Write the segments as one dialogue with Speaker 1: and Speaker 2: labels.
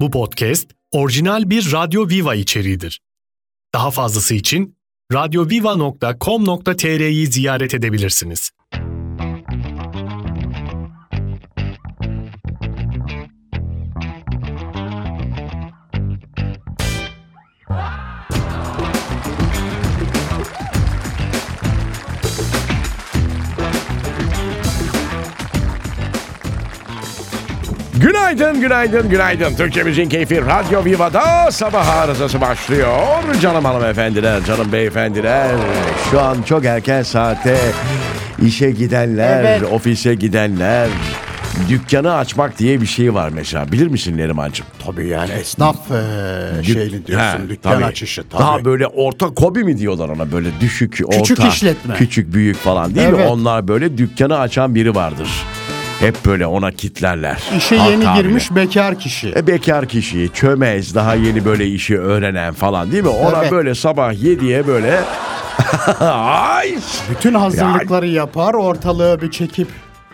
Speaker 1: Bu podcast orijinal bir Radyo Viva içeriğidir. Daha fazlası için radyoviva.com.tr'yi ziyaret edebilirsiniz.
Speaker 2: Günaydın, günaydın, günaydın. Türkçe Müziğin Keyfi Radyo Viva'da sabah arızası başlıyor. Canım hanımefendiler, canım beyefendiler. Şu an çok erken saate işe gidenler,
Speaker 3: Evet.
Speaker 2: ofise gidenler. Dükkanı açmak diye bir şey var mesela. Bilir misin Nerimancığım? Tabii yani.
Speaker 3: Esnaf eee, şeyini Şey diyorsun
Speaker 2: He,
Speaker 3: dükkan
Speaker 2: tabii.
Speaker 3: açışı tabii.
Speaker 2: Daha böyle orta kobi mi diyorlar ona böyle düşük orta.
Speaker 3: Küçük işletme.
Speaker 2: Küçük büyük falan değil mi?
Speaker 3: Evet.
Speaker 2: Onlar böyle dükkanı açan biri vardır. Hep böyle ona kitlerler.
Speaker 3: İşe
Speaker 2: Halk
Speaker 3: yeni
Speaker 2: tabiriyle.
Speaker 3: girmiş bekar kişi.
Speaker 2: E, bekar kişiyi, çömez, daha yeni böyle işi öğrenen falan değil mi? Ona
Speaker 3: Evet.
Speaker 2: böyle sabah 7'ye böyle ay
Speaker 3: Bütün hazırlıkları yapar, ortalığı bir çekip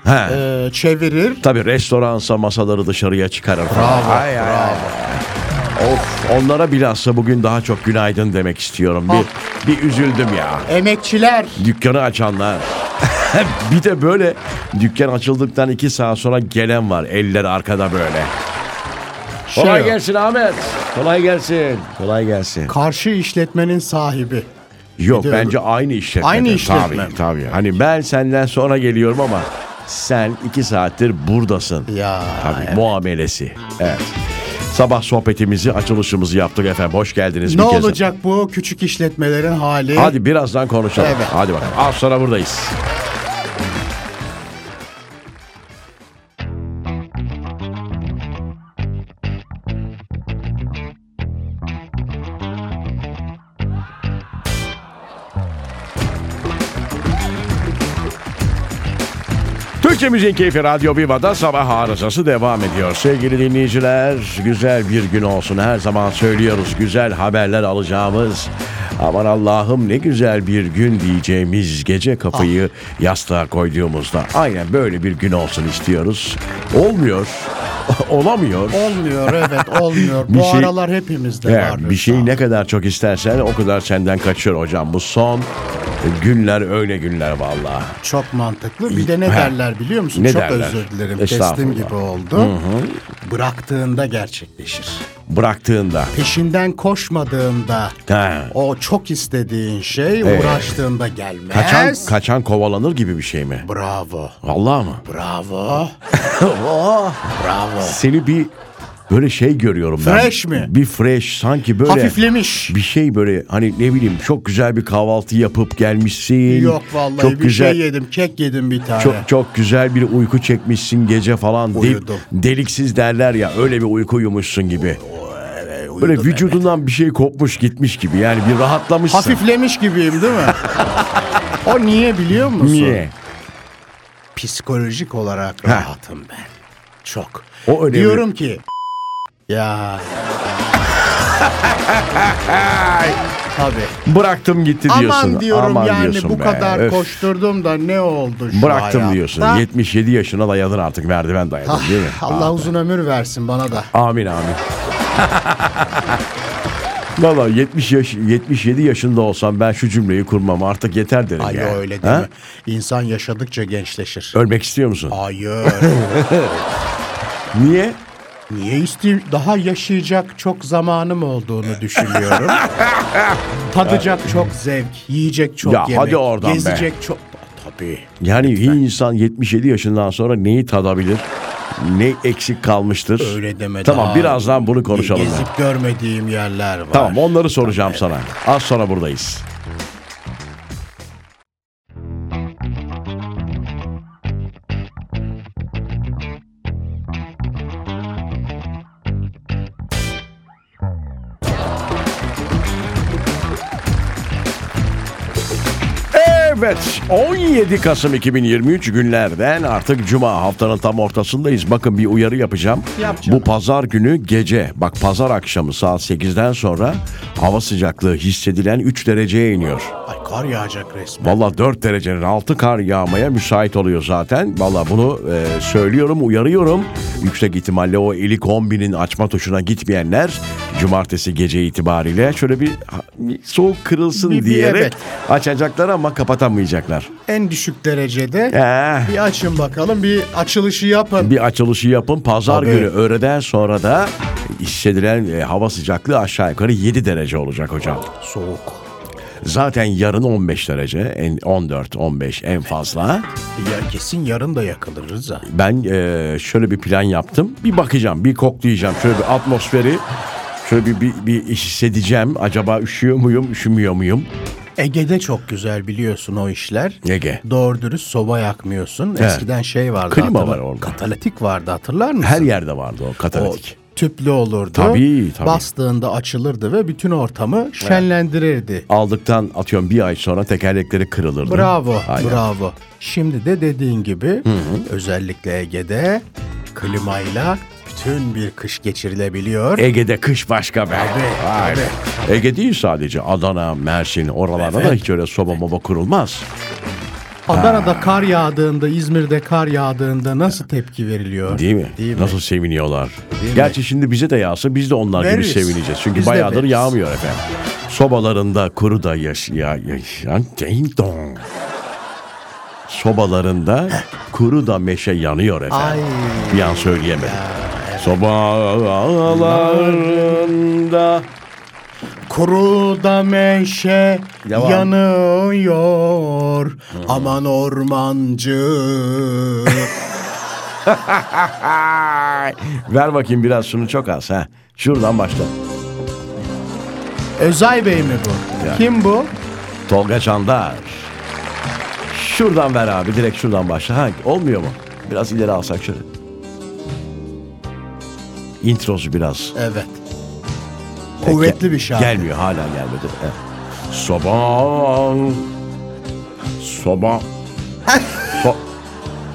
Speaker 2: He.
Speaker 3: eee, çevirir.
Speaker 2: Tabii restoransa masaları dışarıya çıkarır falan.
Speaker 3: Bravo,
Speaker 2: Ay, ay, ay. Of onlara bilhassa bugün daha çok günaydın demek istiyorum.
Speaker 3: Ah.
Speaker 2: Bir, bir üzüldüm ya.
Speaker 3: Emekçiler
Speaker 2: Dükkanı açanlar. bir de böyle dükkan açıldıktan iki saat sonra gelen var. Eller arkada böyle.
Speaker 3: şey,
Speaker 2: Kolay gelsin Ahmet. Kolay gelsin. Kolay gelsin.
Speaker 3: karşı işletmenin sahibi.
Speaker 2: Yok
Speaker 3: Bir de
Speaker 2: bence aynı işletme.
Speaker 3: Aynı
Speaker 2: de.
Speaker 3: işletme.
Speaker 2: Tabii, tabii. Hani ben senden sonra geliyorum ama sen iki saattir buradasın.
Speaker 3: Ya,
Speaker 2: Tabii muamelesi. Evet. Sabah sohbetimizi, açılışımızı yaptık efendim. Hoş geldiniz
Speaker 3: Ne
Speaker 2: bir kez.
Speaker 3: olacak bu küçük işletmelerin hali?
Speaker 2: Hadi birazdan konuşalım.
Speaker 3: Evet.
Speaker 2: Hadi bakalım. Az sonra buradayız. Türkçe Müziğin Keyfi Radyo Viva'da sabah arızası devam ediyor. Sevgili dinleyiciler, güzel bir gün olsun. Her zaman söylüyoruz güzel haberler alacağımız. Aman Allah'ım ne güzel bir gün diyeceğimiz gece kafayı yastığa koyduğumuzda. Aynen böyle bir gün olsun istiyoruz. Olmuyor, olamıyor.
Speaker 3: Olmuyor evet olmuyor.
Speaker 2: Bir
Speaker 3: bu
Speaker 2: şey-
Speaker 3: aralar hepimizde
Speaker 2: Evet,
Speaker 3: var.
Speaker 2: bir şey- şeyi ne kadar çok istersen o kadar senden kaçıyor hocam. Bu son günler öyle günler vallahi.
Speaker 3: Çok mantıklı. Bir de ne
Speaker 2: He.
Speaker 3: derler biliyor musun?
Speaker 2: Ne
Speaker 3: Çok
Speaker 2: derler?
Speaker 3: özür dilerim.
Speaker 2: Estağfurullah.
Speaker 3: Kestim gibi oldu. Bıraktığında gerçekleşir.
Speaker 2: Bıraktığında.
Speaker 3: Peşinden koşmadığında
Speaker 2: Ha.
Speaker 3: O çok istediğin şey uğraştığında gelmez.
Speaker 2: Kaçan, kaçan kovalanır gibi bir şey mi?
Speaker 3: Bravo.
Speaker 2: Vallahi mı?
Speaker 3: Bravo. Oh, Bravo.
Speaker 2: Seni bir böyle şey görüyorum ben.
Speaker 3: Fresh mi?
Speaker 2: Bir fresh sanki böyle.
Speaker 3: Hafiflemiş.
Speaker 2: Bir şey böyle hani ne bileyim çok güzel bir kahvaltı yapıp gelmişsin.
Speaker 3: Yok vallahi
Speaker 2: çok
Speaker 3: bir
Speaker 2: güzel,
Speaker 3: şey yedim. Kek yedim bir tane.
Speaker 2: Çok çok güzel bir uyku çekmişsin gece falan. Del-
Speaker 3: Uyudum.
Speaker 2: deliksiz derler ya öyle bir uyku uyumuşsun gibi. Böyle
Speaker 3: Uyudum,
Speaker 2: vücudundan bir şey kopmuş gitmiş gibi yani bir rahatlamışsın.
Speaker 3: Hafiflemiş gibiyim değil mi? o niye biliyor musun?
Speaker 2: Niye?
Speaker 3: Psikolojik olarak rahatım ben. Çok.
Speaker 2: O önemli.
Speaker 3: Diyorum ki ya. Tabii.
Speaker 2: Bıraktım gitti diyorsun.
Speaker 3: Aman diyorum
Speaker 2: Aman
Speaker 3: yani
Speaker 2: diyorsun
Speaker 3: bu
Speaker 2: be.
Speaker 3: kadar
Speaker 2: Öf.
Speaker 3: koşturdum da ne oldu şu
Speaker 2: Bıraktım
Speaker 3: hayatta?
Speaker 2: diyorsun. 77 yaşına dayadın artık merdiven dayadın
Speaker 3: Ah,
Speaker 2: değil mi?
Speaker 3: Allah uzun ömür versin bana da.
Speaker 2: Ah, Amin amin. Valla 70 yaş, 77 yaşında olsam ben şu cümleyi kurmam artık yeter derim
Speaker 3: Ay
Speaker 2: ya.
Speaker 3: öyle değil
Speaker 2: Ha?
Speaker 3: mi? Ah. İnsan yaşadıkça gençleşir.
Speaker 2: Ölmek istiyor musun?
Speaker 3: Hayır.
Speaker 2: Niye?
Speaker 3: Niye isteyeyim? Daha yaşayacak çok zamanım olduğunu düşünüyorum. Tadacak çok zevk, yiyecek çok
Speaker 2: Ya
Speaker 3: yemek,
Speaker 2: hadi oradan be.
Speaker 3: gezecek çok... Tabii.
Speaker 2: Yani bir insan 77 yaşından sonra neyi tadabilir? Ne eksik kalmıştır?
Speaker 3: Öyle deme
Speaker 2: Tamam
Speaker 3: daha.
Speaker 2: birazdan bunu konuşalım. ben.
Speaker 3: Gezip görmediğim yerler var.
Speaker 2: Tamam onları soracağım sana. Az sonra buradayız. Evet 17 Kasım 2023 günlerden artık Cuma haftanın tam ortasındayız. Bakın bir uyarı yapacağım.
Speaker 3: Yap canım.
Speaker 2: Bu pazar günü gece bak pazar akşamı saat 8'den sonra hava sıcaklığı hissedilen 3 dereceye iniyor.
Speaker 3: Ay kar yağacak resmen.
Speaker 2: Valla 4 derecenin altı kar yağmaya müsait oluyor zaten. Valla bunu e, söylüyorum, uyarıyorum. Yüksek ihtimalle o eli kombinin açma tuşuna gitmeyenler cumartesi gece itibariyle şöyle bir, bir soğuk kırılsın
Speaker 3: Bir- bir
Speaker 2: diyerek
Speaker 3: evet.
Speaker 2: açacaklar ama kapatamayacaklar.
Speaker 3: En düşük derecede
Speaker 2: Eh,
Speaker 3: bir açın bakalım bir açılışı yapın.
Speaker 2: bir açılışı yapın. Pazar
Speaker 3: Tabii.
Speaker 2: günü öğleden sonra da hissedilen e, hava sıcaklığı aşağı yukarı 7 derece olacak hocam.
Speaker 3: Soğuk.
Speaker 2: Zaten yarın 15 derece, en 14-15 en fazla.
Speaker 3: Ya kesin yarın da yakılır Rıza.
Speaker 2: Ben eee, şöyle bir plan yaptım. Bir bakacağım, bir koklayacağım. Şöyle bir atmosferi şöyle bir, bir, bir hissedeceğim. Acaba üşüyor muyum, üşümüyor muyum?
Speaker 3: Ege'de çok güzel biliyorsun o işler.
Speaker 2: Ege.
Speaker 3: Doğru dürüst soba yakmıyorsun. Eskiden şey vardı.
Speaker 2: Klima
Speaker 3: hatırla-
Speaker 2: var orada.
Speaker 3: Katalitik vardı hatırlar mısın?
Speaker 2: Her yerde vardı o
Speaker 3: o
Speaker 2: katalitik.
Speaker 3: tüplü olurdu.
Speaker 2: Tabii, tabii.
Speaker 3: Bastığında açılırdı ve bütün ortamı şenlendirirdi.
Speaker 2: Aldıktan atıyorum bir ay sonra tekerlekleri kırılırdı.
Speaker 3: Bravo,
Speaker 2: Aynen.
Speaker 3: bravo. Şimdi de dediğin gibi özellikle Ege'de klimayla bütün bir kış geçirilebiliyor.
Speaker 2: Ege'de kış başka be.
Speaker 3: Tabii,
Speaker 2: Vay be. Ege değil sadece Adana, Mersin oralarda da
Speaker 3: Evet.
Speaker 2: hiç öyle soba moba kurulmaz.
Speaker 3: Adana'da kar yağdığında, İzmir'de kar yağdığında nasıl tepki veriliyor?
Speaker 2: Değil mi?
Speaker 3: Değil mi?
Speaker 2: Nasıl seviniyorlar.
Speaker 3: Değil mi?
Speaker 2: Gerçi şimdi bize de yağsa biz de onlar
Speaker 3: Veririz.
Speaker 2: gibi sevineceğiz. Çünkü
Speaker 3: Biz de
Speaker 2: bayağıdır
Speaker 3: veririz.
Speaker 2: yağmıyor efendim. Sobalarında kuru da yaş ya yaşayan ding dong. Sobalarında kuru da meşe yanıyor efendim. Bir an söyleyemedim. Sobalarında
Speaker 3: Kuru da meşe
Speaker 2: Devam.
Speaker 3: yanıyor. Aman ormancı.
Speaker 2: ver bakayım biraz şunu çok az ha. Şuradan başla.
Speaker 3: Özay Bey mi bu?
Speaker 2: Ya.
Speaker 3: Kim bu?
Speaker 2: Tolga Çandar. Şuradan ver abi direkt şuradan başla. Ha, olmuyor mu? Biraz ileri alsak şöyle. Introsu biraz.
Speaker 3: Evet. Kuvvetli
Speaker 2: Ge-
Speaker 3: bir şarkı.
Speaker 2: Gelmiyor hala gelmedi. Evet. Soba. Soba. So-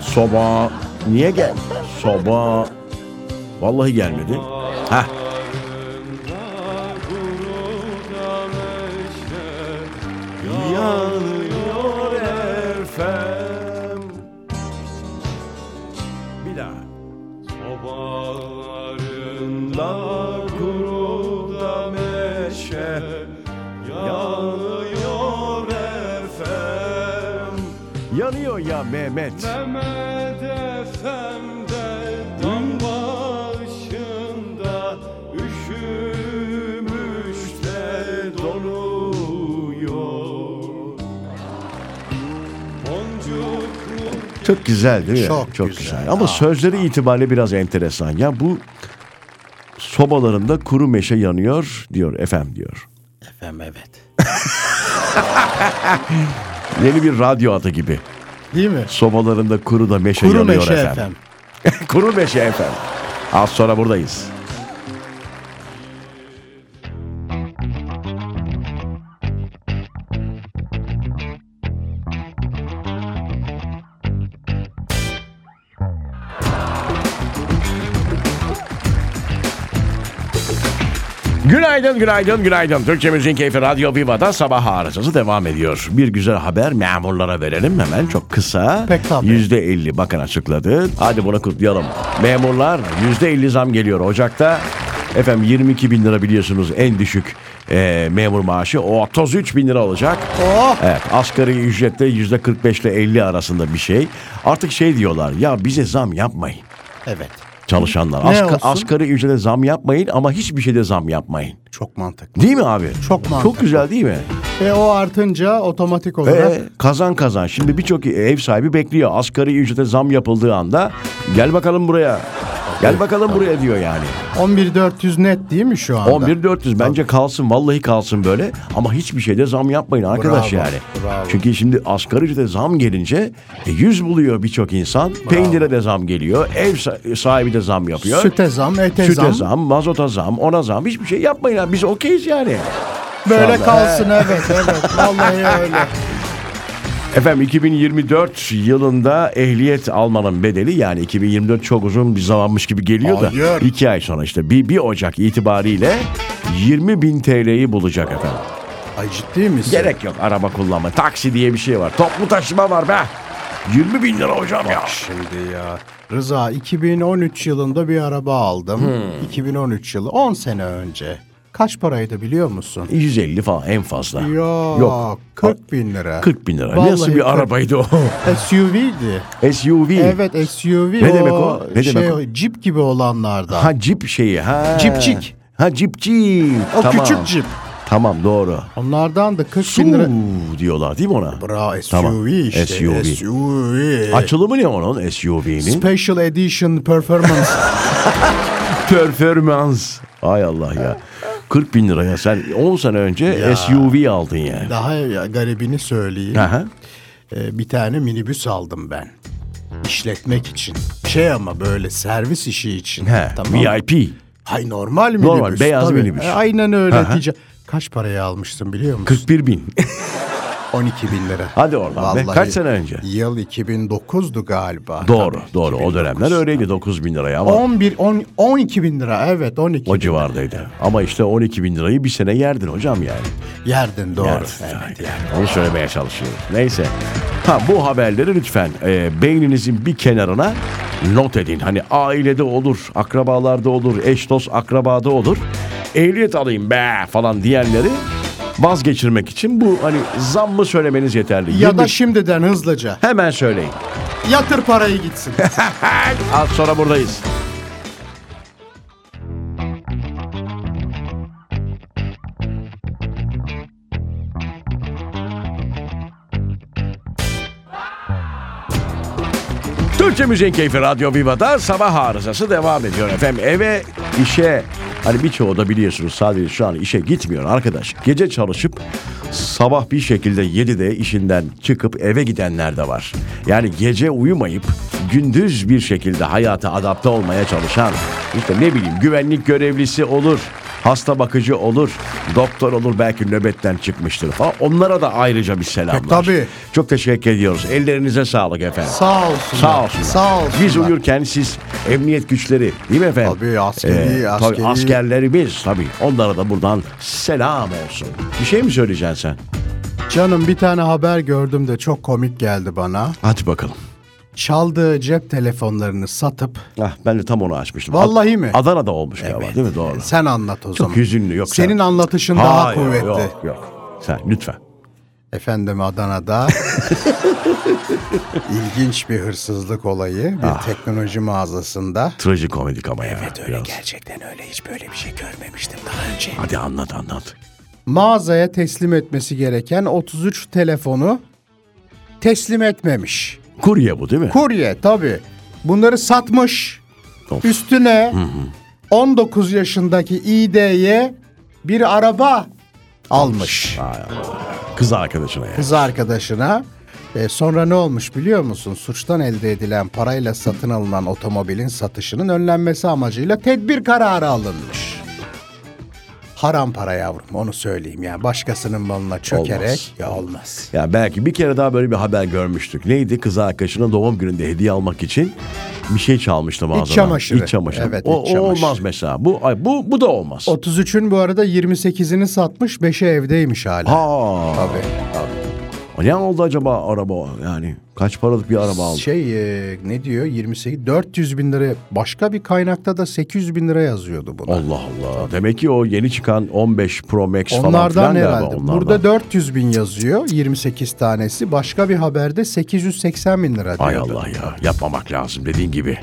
Speaker 2: soba. Niye gel? Soba. Vallahi gelmedi. Hah. Yanıyor efem. Bir daha. Sobalarında kuru da meşe yanıyor efem. Yanıyor ya Mehmet.
Speaker 4: Mehmet Efem'de dam başında üşümüş de donuyor. Boncuklu
Speaker 2: Çok güzel değil mi?
Speaker 3: Çok güzel.
Speaker 2: güzel. Ama sözleri itibariyle biraz enteresan. Ya bu sobalarında kuru meşe yanıyor diyor efem diyor.
Speaker 3: Efendim evet.
Speaker 2: Yeni bir radyo adı gibi.
Speaker 3: Değil mi?
Speaker 2: Sobalarında kuru da meşe
Speaker 3: Kuru
Speaker 2: Şey yanıyor
Speaker 3: meşe
Speaker 2: efem.
Speaker 3: efendim.
Speaker 2: kuru meşe efem. şey Az sonra buradayız. Günaydın, günaydın, günaydın. Türkçemizin keyfi Radyo Viva'da sabah arızası devam ediyor. Bir güzel haber memurlara verelim hemen çok kısa.
Speaker 3: Pek tabii.
Speaker 2: Yüzde elli bakın açıkladı. Hadi bunu kutlayalım. Memurlar yüzde elli zam geliyor Ocak'ta. Efendim 22 bin lira biliyorsunuz en düşük e, memur maaşı. O 33 bin lira olacak.
Speaker 3: Oh!
Speaker 2: Evet asgari ücrette yüzde 45 ile 50 arasında bir şey. Artık şey diyorlar ya bize zam yapmayın
Speaker 3: Evet.
Speaker 2: çalışanlar.
Speaker 3: Ne
Speaker 2: Asga-
Speaker 3: olsun?
Speaker 2: asgari ücrete zam yapmayın ama hiçbir şeyde zam yapmayın.
Speaker 3: Çok mantıklı.
Speaker 2: Değil mi abi?
Speaker 3: Çok mantıklı.
Speaker 2: Çok güzel değil mi?
Speaker 3: E o artınca otomatik olarak
Speaker 2: Ee, kazan kazan. Şimdi birçok ev sahibi bekliyor. Asgari ücrete zam yapıldığı anda gel bakalım buraya. Gel bakalım buraya diyor yani.
Speaker 3: 11400 net değil mi şu anda?
Speaker 2: 11400 bence kalsın vallahi kalsın böyle ama hiçbir şeyde zam yapmayın arkadaş
Speaker 3: Bravo,
Speaker 2: yani.
Speaker 3: bravo.
Speaker 2: Çünkü şimdi asgari ücrete zam gelince e, 100 buluyor birçok insan. Peynire de zam geliyor. Ev sa- sahibi de zam yapıyor.
Speaker 3: Süte zam, ete
Speaker 2: Süte
Speaker 3: zam.
Speaker 2: zam, mazota zam, ona zam. Hiçbir şey yapmayın abi. Biz okeyiz yani.
Speaker 3: Böyle
Speaker 2: Vallahi.
Speaker 3: kalsın evet evet. Vallahi öyle.
Speaker 2: Efendim 2024 yılında ehliyet almanın bedeli yani 2024 çok uzun bir zamanmış gibi geliyor da
Speaker 3: Hayır.
Speaker 2: 2 ay sonra işte bir, bir Ocak itibariyle 20 bin TL'yi bulacak efendim.
Speaker 3: Ay ciddi misin?
Speaker 2: Gerek yok araba kullanma. Taksi diye bir şey var. Toplu taşıma var be. 20 bin lira hocam ya.
Speaker 3: Şimdi ya. Rıza 2013 yılında bir araba aldım.
Speaker 2: Hmm.
Speaker 3: 2013 yılı 10 sene önce. Kaç paraydı biliyor musun?
Speaker 2: 150 falan en fazla.
Speaker 3: Yok,
Speaker 2: Yok.
Speaker 3: 40 bin lira.
Speaker 2: 40 bin lira.
Speaker 3: Vallahi
Speaker 2: Nasıl bir
Speaker 3: 40.
Speaker 2: arabaydı o?
Speaker 3: SUV'di.
Speaker 2: SUV.
Speaker 3: Evet SUV.
Speaker 2: Ne demek o? Ne
Speaker 3: şey,
Speaker 2: demek o?
Speaker 3: Cip gibi olanlardan.
Speaker 2: Ha cip şeyi. Ha.
Speaker 3: Cipcik.
Speaker 2: Ha cipcik.
Speaker 3: O küçük cip.
Speaker 2: Tamam doğru.
Speaker 3: Onlardan da 40
Speaker 2: Su
Speaker 3: bin lira.
Speaker 2: diyorlar değil mi ona?
Speaker 3: Bra SUV
Speaker 2: Tamam.
Speaker 3: işte.
Speaker 2: SUV.
Speaker 3: SUV.
Speaker 2: Açılımı ne onun SUV'nin?
Speaker 3: Special Edition Performance.
Speaker 2: Performans. Ay Allah ya. 40 bin liraya sen 10 sene önce SUV aldın yani.
Speaker 3: Daha ya- garibini söyleyeyim.
Speaker 2: Aha.
Speaker 3: Ee, bir tane minibüs aldım ben. İşletmek için. Şey ama böyle servis işi için.
Speaker 2: He, VIP.
Speaker 3: Hay normal minibüs.
Speaker 2: Normal, beyaz minibüs.
Speaker 3: E, aynen öyle diyeceğim. Kaç paraya almıştım biliyor musun?
Speaker 2: 41 bin.
Speaker 3: 12 bin lira.
Speaker 2: Hadi oradan be.
Speaker 3: Vallahi
Speaker 2: Kaç sene önce?
Speaker 3: Yıl 2009'du galiba.
Speaker 2: Doğru
Speaker 3: Tabii,
Speaker 2: doğru o
Speaker 3: 2009.
Speaker 2: dönemler öyleydi 9 bin liraya ama
Speaker 3: 11, 10, 12 bin lira evet 12
Speaker 2: o
Speaker 3: bin.
Speaker 2: civardaydı. Ama işte 12 bin lirayı bir sene yerdin hocam yani.
Speaker 3: Yerdin doğru.
Speaker 2: Yerdin,
Speaker 3: Evet.
Speaker 2: yani. Onu söylemeye çalışıyorum. Neyse. Ha bu haberleri lütfen e, beyninizin bir kenarına not edin. Hani ailede olur, akrabalarda olur, eş dost akrabada olur. Ehliyet alayım be falan diyenleri vazgeçirmek için bu hani zammı söylemeniz yeterli.
Speaker 3: Ya
Speaker 2: Yirmi-
Speaker 3: da şimdiden hızlıca
Speaker 2: hemen söyleyin.
Speaker 3: yatır parayı gitsin.
Speaker 2: Az sonra buradayız. Türkçe Müziğin Keyfi Radyo Viva'da sabah arızası devam ediyor efendim. Eve, işe, hani birçoğu da biliyorsunuz sadece şu an işe gitmiyor arkadaş. Gece çalışıp sabah bir şekilde 7'de işinden çıkıp eve gidenler de var. Yani gece uyumayıp gündüz bir şekilde hayata adapte olmaya çalışan işte ne bileyim güvenlik görevlisi olur, hasta bakıcı olur, doktor olur belki nöbetten çıkmıştır falan. Onlara da ayrıca bir selamlar.
Speaker 3: tabii.
Speaker 2: Çok teşekkür ediyoruz. Ellerinize sağlık efendim.
Speaker 3: Sağ olsun.
Speaker 2: Sağ olsun.
Speaker 3: Sağ olsun.
Speaker 2: Biz uyurken siz emniyet güçleri değil mi efendim? Ee,
Speaker 3: Tabii, askeri,
Speaker 2: tabii,
Speaker 3: askeri.
Speaker 2: askerlerimiz tabii. Onlara da buradan selam olsun. Bir şey mi söyleyeceksin sen?
Speaker 3: Canım bir tane haber gördüm de çok komik geldi bana.
Speaker 2: Hadi bakalım.
Speaker 3: Çaldığı cep telefonlarını satıp
Speaker 2: Ah, ben de tam onu açmıştım.
Speaker 3: Vallahi
Speaker 2: Ad-
Speaker 3: mi?
Speaker 2: Adana'da olmuş galiba değil mi? Doğru.
Speaker 3: sen anlat o
Speaker 2: Çok
Speaker 3: zaman.
Speaker 2: hüzünlü yok.
Speaker 3: Senin
Speaker 2: sen.
Speaker 3: anlatışın daha
Speaker 2: Hayır,
Speaker 3: kuvvetli.
Speaker 2: Yok yok. Sen lütfen.
Speaker 3: Efendim Adana'da ilginç bir hırsızlık olayı bir
Speaker 2: Ah.
Speaker 3: teknoloji mağazasında.
Speaker 2: Trajikomedik ama ya. Evet
Speaker 3: Gerçekten öyle hiç böyle bir şey görmemiştim daha önce.
Speaker 2: Hadi anlat anlat.
Speaker 3: Mağazaya teslim etmesi gereken 33 telefonu teslim etmemiş.
Speaker 2: Kurye bu değil mi?
Speaker 3: Kurye tabii. Bunları satmış.
Speaker 2: Of.
Speaker 3: Üstüne 19 yaşındaki İD'ye bir araba almış
Speaker 2: Kız arkadaşına ya.
Speaker 3: kız arkadaşına. E, sonra ne olmuş biliyor musun? Suçtan elde edilen parayla satın alınan otomobilin satışının önlenmesi amacıyla tedbir kararı alınmış. Haram para yavrum onu söyleyeyim yani başkasının malına çökerek
Speaker 2: Olmaz.
Speaker 3: ya olmaz.
Speaker 2: Ya belki bir kere daha böyle bir haber görmüştük. Neydi? Kız arkadaşına doğum gününde hediye almak için bir şey çalmıştı mağazadan.
Speaker 3: çamaşırı.
Speaker 2: İç çamaşırı.
Speaker 3: Evet,
Speaker 2: o,
Speaker 3: iç
Speaker 2: o
Speaker 3: çamaşırı.
Speaker 2: olmaz mesela. Bu ay bu bu da olmaz.
Speaker 3: 33'ün bu arada 28'ini satmış 5'e evdeymiş hala.
Speaker 2: Aa,
Speaker 3: Tabii.
Speaker 2: ne oldu acaba araba yani? Kaç paralık bir araba aldı?
Speaker 3: Şey e, ne diyor 28 400 bin lira başka bir kaynakta da 800 bin lira yazıyordu buna.
Speaker 2: Allah Allah. Demek ki o yeni çıkan 15 Pro Max falan
Speaker 3: Onlardan
Speaker 2: filan galiba
Speaker 3: herhalde.
Speaker 2: onlardan.
Speaker 3: Burada 400 bin yazıyor. 28 tanesi. Başka bir haberde 880 bin lira diyordu.
Speaker 2: Ay Allah ya. Yapmamak lazım dediğin gibi.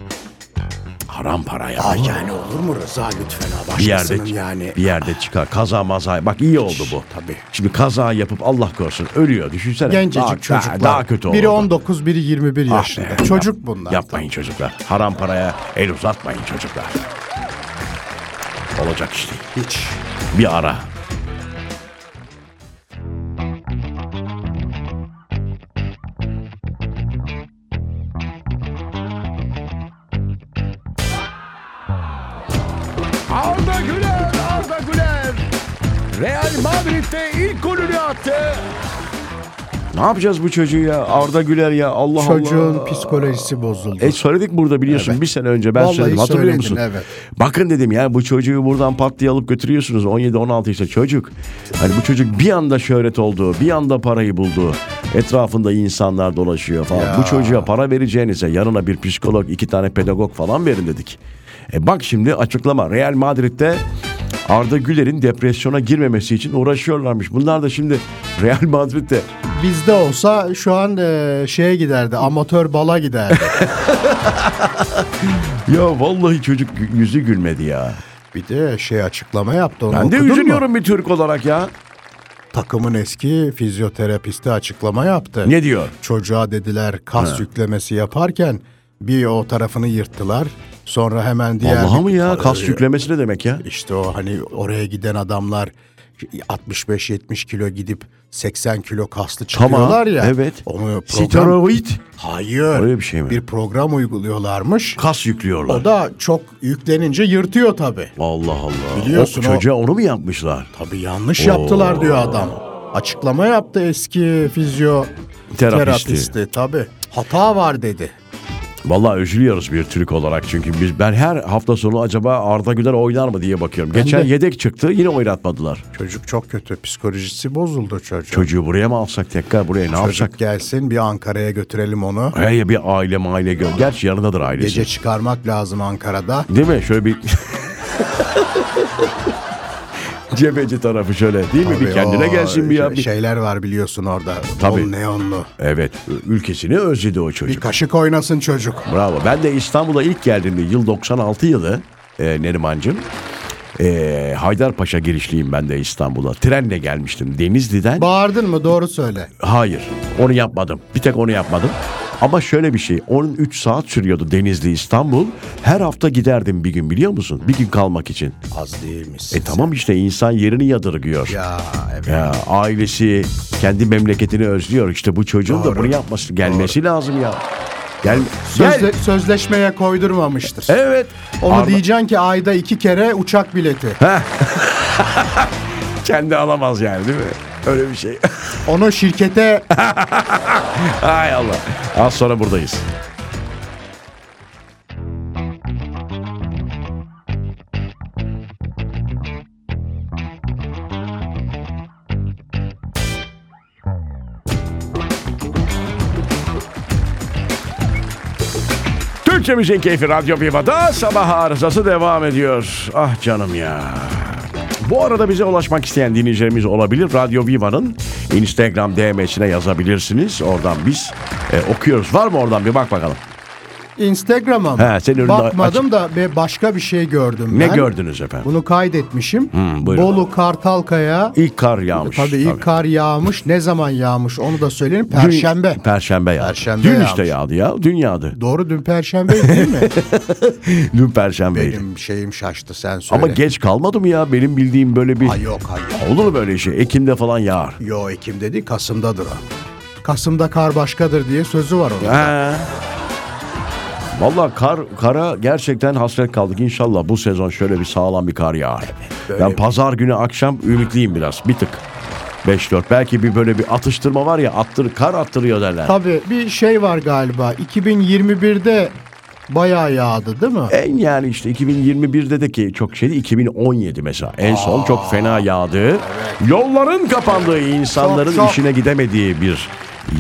Speaker 2: Haram para ya.
Speaker 3: Ay yani olur mu Rıza lütfen ha
Speaker 2: bir yerde
Speaker 3: başkasının yani.
Speaker 2: bir yerde çıkar. Kaza maza. Bak iyi oldu bu.
Speaker 3: Tabii.
Speaker 2: Şimdi kaza yapıp Allah korusun ölüyor. Düşünsene.
Speaker 3: Gencecik
Speaker 2: Daha- daha-
Speaker 3: çocuklar.
Speaker 2: Daha kötü oldu.
Speaker 3: Biri 19, biri 21 yaşında.
Speaker 2: Ah be,
Speaker 3: Çocuk
Speaker 2: yap-
Speaker 3: bunlar.
Speaker 2: Yapmayın çocuklar. Haram paraya el uzatmayın çocuklar. Olacak işte.
Speaker 3: Hiç.
Speaker 2: Bir ara. Arda Güler, Arda Güler. Real Madrid'de ilk golünü attı. Ne yapacağız bu çocuğu ya? Arda Güler ya Allah Allah.
Speaker 3: Çocuğun psikolojisi bozuldu.
Speaker 2: E söyledik burada biliyorsun bir sene önce ben
Speaker 3: Vallahi
Speaker 2: söyledim hatırlıyor
Speaker 3: söyledin,
Speaker 2: musun?
Speaker 3: evet.
Speaker 2: Bakın dedim ya bu çocuğu buradan pat diye alıp götürüyorsunuz 17-16 işte çocuk. Hani bu çocuk bir anda şöhret oldu bir anda parayı buldu. Etrafında insanlar dolaşıyor falan. Bu çocuğa para vereceğinize yanına bir psikolog iki tane pedagog falan verin dedik. E bak şimdi açıklama Real Madrid'de Arda Güler'in depresyona girmemesi için uğraşıyorlarmış. Bunlar da şimdi Real Madrid'de
Speaker 3: Bizde olsa şu an e, şeye giderdi. Amatör bala giderdi.
Speaker 2: ya vallahi çocuk gü- yüzü gülmedi ya.
Speaker 3: bir de şey açıklama yaptı. Onu
Speaker 2: Ben de
Speaker 3: okudun mu?
Speaker 2: üzülüyorum bir Türk olarak ya.
Speaker 3: Takımın eski fizyoterapisti açıklama yaptı.
Speaker 2: Ne diyor?
Speaker 3: Çocuğa dediler kas yüklemesi yaparken bir o tarafını yırttılar. Sonra hemen diğer...
Speaker 2: Allah'a mı ya? Kas
Speaker 3: Ee,
Speaker 2: yüklemesi ne demek ya?
Speaker 3: İşte o hani oraya giden adamlar 65-70 kilo gidip 80 kilo kaslı çıkıyorlar ya.
Speaker 2: Evet.
Speaker 3: Onu program...
Speaker 2: Steroid
Speaker 3: Hayır.
Speaker 2: Öyle bir şey mi?
Speaker 3: Bir program uyguluyorlarmış.
Speaker 2: kas yüklüyorlar.
Speaker 3: O da çok yüklenince yırtıyor tabii.
Speaker 2: Allah Allah.
Speaker 3: Biliyorsun
Speaker 2: o
Speaker 3: o-
Speaker 2: çocuğa onu mu yapmışlar?
Speaker 3: Tabii yanlış yaptılar diyor adam. Açıklama yaptı eski fizyo
Speaker 2: Terapisti.
Speaker 3: terapisti tabii. Hata var dedi.
Speaker 2: Vallahi üzülüyoruz bir Türk olarak çünkü biz ben her hafta sonu acaba Arda Güler oynar mı diye bakıyorum. Geçen
Speaker 3: de.
Speaker 2: yedek çıktı yine oynatmadılar.
Speaker 3: Çocuk çok kötü psikolojisi bozuldu çocuk.
Speaker 2: Çocuğu buraya mı alsak tekrar buraya ne yapsak?
Speaker 3: Çocuk gelsin bir Ankara'ya götürelim onu.
Speaker 2: He ya bir aile maile gör. Gerçi yanındadır ailesi.
Speaker 3: Gece çıkarmak lazım Ankara'da.
Speaker 2: Değil mi? Şöyle bir... Cebeci tarafı şöyle değil mi? bir
Speaker 3: Tabii
Speaker 2: kendine
Speaker 3: o
Speaker 2: gelsin bir ya. Bir...
Speaker 3: Şeyler var biliyorsun orada.
Speaker 2: Tabii.
Speaker 3: Bol neonlu.
Speaker 2: Evet ülkesini özledi o çocuk.
Speaker 3: Bir kaşık oynasın çocuk.
Speaker 2: Bravo. Ben de İstanbul'a ilk geldiğimde yıl 96 yılı e, Nerimancığım. E, Haydarpaşa girişliyim ben de İstanbul'a. Trenle gelmiştim Denizli'den.
Speaker 3: Bağırdın mı doğru söyle.
Speaker 2: Hayır onu yapmadım. Bir tek onu yapmadım. Ama şöyle bir şey 13 saat sürüyordu Denizli İstanbul. Her hafta giderdim bir gün biliyor musun? Bir gün kalmak için.
Speaker 3: Az değilmiş.
Speaker 2: E tamam işte insan yerini yadırgıyor.
Speaker 3: Ya evet.
Speaker 2: Ya, ailesi kendi memleketini özlüyor. İşte bu çocuğun da
Speaker 3: Doğru.
Speaker 2: bunu yapması gelmesi lazım ya. Gel,
Speaker 3: Sözle-
Speaker 2: gel.
Speaker 3: sözleşmeye koydurmamıştır.
Speaker 2: Evet.
Speaker 3: Onu
Speaker 2: Arda-
Speaker 3: diyeceksin ki ayda iki kere uçak bileti.
Speaker 2: Kendi alamaz yani değil mi? Öyle bir şey.
Speaker 3: Onu şirkete
Speaker 2: Hay Allah. Az sonra buradayız. Türkçe Müziğin Keyfi Radyo Viva'da sabah arızası devam ediyor. Ah canım ya. Bu arada bize ulaşmak isteyen dinleyicilerimiz olabilir. Radyo Viva'nın Instagram DM'sine yazabilirsiniz. Oradan biz e, okuyoruz. Var mı oradan bir bak bakalım.
Speaker 3: Instagram'a mı?
Speaker 2: He, senin önünde
Speaker 3: Bakmadım da be- başka bir şey gördüm
Speaker 2: Ne
Speaker 3: ben.
Speaker 2: gördünüz efendim?
Speaker 3: Bunu kaydetmişim.
Speaker 2: buyurun.
Speaker 3: Bolu Kartalkaya.
Speaker 2: İlk kar yağmış.
Speaker 3: Tabii ilk kar yağmış. Ne zaman yağmış onu da söyleyelim.
Speaker 2: Dün-
Speaker 3: Perşembe.
Speaker 2: Perşembe yağdı.
Speaker 3: Perşembe
Speaker 2: Dün
Speaker 3: yağmış.
Speaker 2: işte yağdı ya. Dün yağdı.
Speaker 3: Doğru dün perşembe değil mi?
Speaker 2: Dün perşembeydi.
Speaker 3: Benim şeyim şaştı sen söyle.
Speaker 2: Ama geç kalmadı mı ya? Benim bildiğim böyle bir...
Speaker 3: Ha, yok hayır.
Speaker 2: Olur mu böyle şey? Ekim'de falan yağar.
Speaker 3: Yo Ekim dedi Kasım'dadır o. Kasım'da kar başkadır diye sözü var onun.
Speaker 2: He. Vallahi kar kara gerçekten hasret kaldık. İnşallah bu sezon şöyle bir sağlam bir kar yağar. ben pazar günü akşam ümitliyim biraz. Bir tık. 5-4. Belki bir böyle bir atıştırma var ya attır, kar attırıyor derler.
Speaker 3: Tabii bir şey var galiba. 2021'de bayağı yağdı değil mi?
Speaker 2: En yani işte 2021'de de ki çok şeydi 2017 mesela. En son çok fena yağdı. Yolların kapandığı, insanların
Speaker 3: çok.
Speaker 2: işine gidemediği bir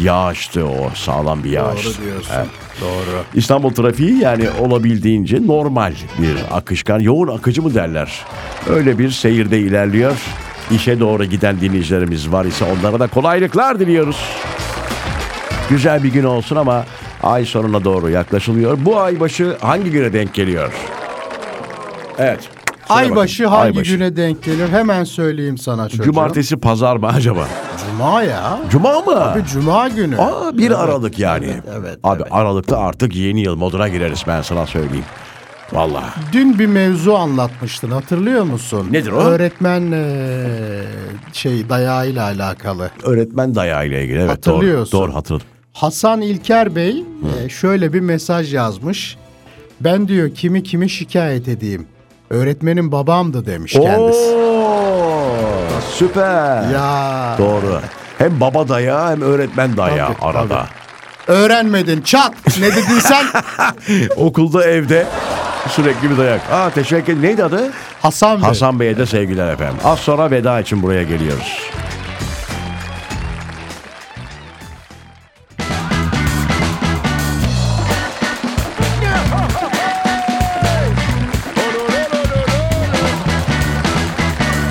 Speaker 2: yağıştı o. Sağlam bir yağıştı.
Speaker 3: Doğru diyorsun. Doğru.
Speaker 2: İstanbul trafiği yani olabildiğince normal bir akışkan, yoğun akıcı mı derler? Öyle bir seyirde ilerliyor. İşe doğru giden dinleyicilerimiz var ise onlara da kolaylıklar diliyoruz. Güzel bir gün olsun ama ay sonuna doğru yaklaşılıyor. Bu ay başı hangi güne denk geliyor? Evet. söyle bakayım.
Speaker 3: Aybaşı hangi
Speaker 2: Aybaşı.
Speaker 3: güne denk gelir? Hemen söyleyeyim sana çocuğum.
Speaker 2: Cumartesi pazar mı acaba?
Speaker 3: Cuma ya.
Speaker 2: Cuma mı?
Speaker 3: Bir cuma günü.
Speaker 2: Aa 1 Aralık yani.
Speaker 3: evet,
Speaker 2: Abi Aralık'ta artık yeni yıl moduna gireriz ben sana söyleyeyim. Vallahi.
Speaker 3: Dün bir mevzu anlatmıştın hatırlıyor musun?
Speaker 2: Nedir o?
Speaker 3: Öğretmen eee, şey dayağıyla alakalı.
Speaker 2: öğretmen dayağı ile ilgili. Evet,
Speaker 3: Hatırlıyorsun.
Speaker 2: Doğru, doğru hatırladım.
Speaker 3: Hasan İlker Bey e, şöyle bir mesaj yazmış. Ben diyor kimi kimi şikayet edeyim. Öğretmenin babamdı demiş kendisi.
Speaker 2: Oo, süper.
Speaker 3: Ya
Speaker 2: Doğru. Hem baba dayağı hem öğretmen dayağı
Speaker 3: Tabii,
Speaker 2: arada.
Speaker 3: Öğrenmedin çat. Ne dedin sen?
Speaker 2: Okulda evde sürekli bir dayak. Aa teşekkür Neydi adı?
Speaker 3: Hasan Bey.
Speaker 2: Hasan Bey'e de sevgiler efendim. Az sonra veda için buraya geliyoruz.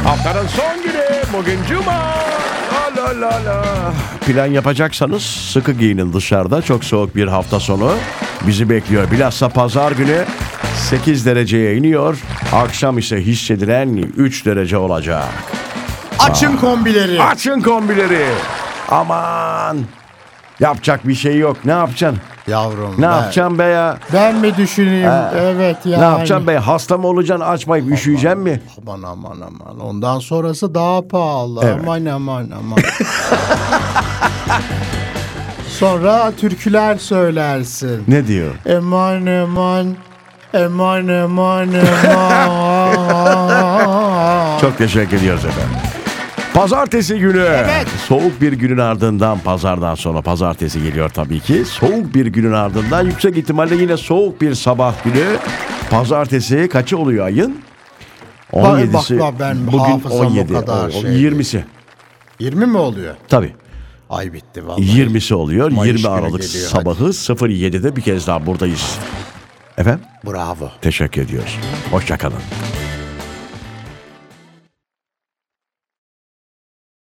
Speaker 2: Haftanın son günü bugün cuma. La la la la. Plan yapacaksanız sıkı giyinin dışarıda. Çok soğuk bir hafta sonu bizi bekliyor. Bilhassa pazar günü 8 dereceye iniyor. Akşam ise hissedilen 3 derece olacak.
Speaker 3: Açın kombileri.
Speaker 2: Açın kombileri. Aman. Yapacak bir şey yok. Ne yapacaksın?
Speaker 3: Yavrum.
Speaker 2: Ne
Speaker 3: ben-
Speaker 2: yapacaksın be ya?
Speaker 3: Ben mi düşüneyim?
Speaker 2: Ha.
Speaker 3: Evet ya.
Speaker 2: Ne yapacaksın be? Hasta mı olacaksın? Açmayıp üşüyeceksin mi?
Speaker 3: Aman aman aman. Ondan sonrası daha pahalı.
Speaker 2: Evet.
Speaker 3: Aman aman aman. Sonra türküler söylersin.
Speaker 2: Ne diyor?
Speaker 3: Eman eman. Eman eman eman.
Speaker 2: Çok teşekkür ediyoruz efendim. Pazartesi günü. Soğuk bir günün ardından pazardan sonra pazartesi geliyor tabii ki. Soğuk bir günün ardından yüksek ihtimalle yine soğuk bir sabah günü. Pazartesi kaçı oluyor ayın? 17'si.
Speaker 3: bak ben
Speaker 2: Bugün
Speaker 3: hafızam o
Speaker 2: 17.
Speaker 3: kadar
Speaker 2: O-
Speaker 3: şey değil.
Speaker 2: 20'si.
Speaker 3: 20 mi oluyor?
Speaker 2: Tabii.
Speaker 3: Ay bitti vallahi.
Speaker 2: 20'si oluyor.
Speaker 3: Mayıs
Speaker 2: 20
Speaker 3: günü
Speaker 2: Aralık
Speaker 3: geliyor,
Speaker 2: sabahı 07'de bir kez daha buradayız. Efendim?
Speaker 3: Bravo.
Speaker 2: Teşekkür ediyoruz. Hoşçakalın.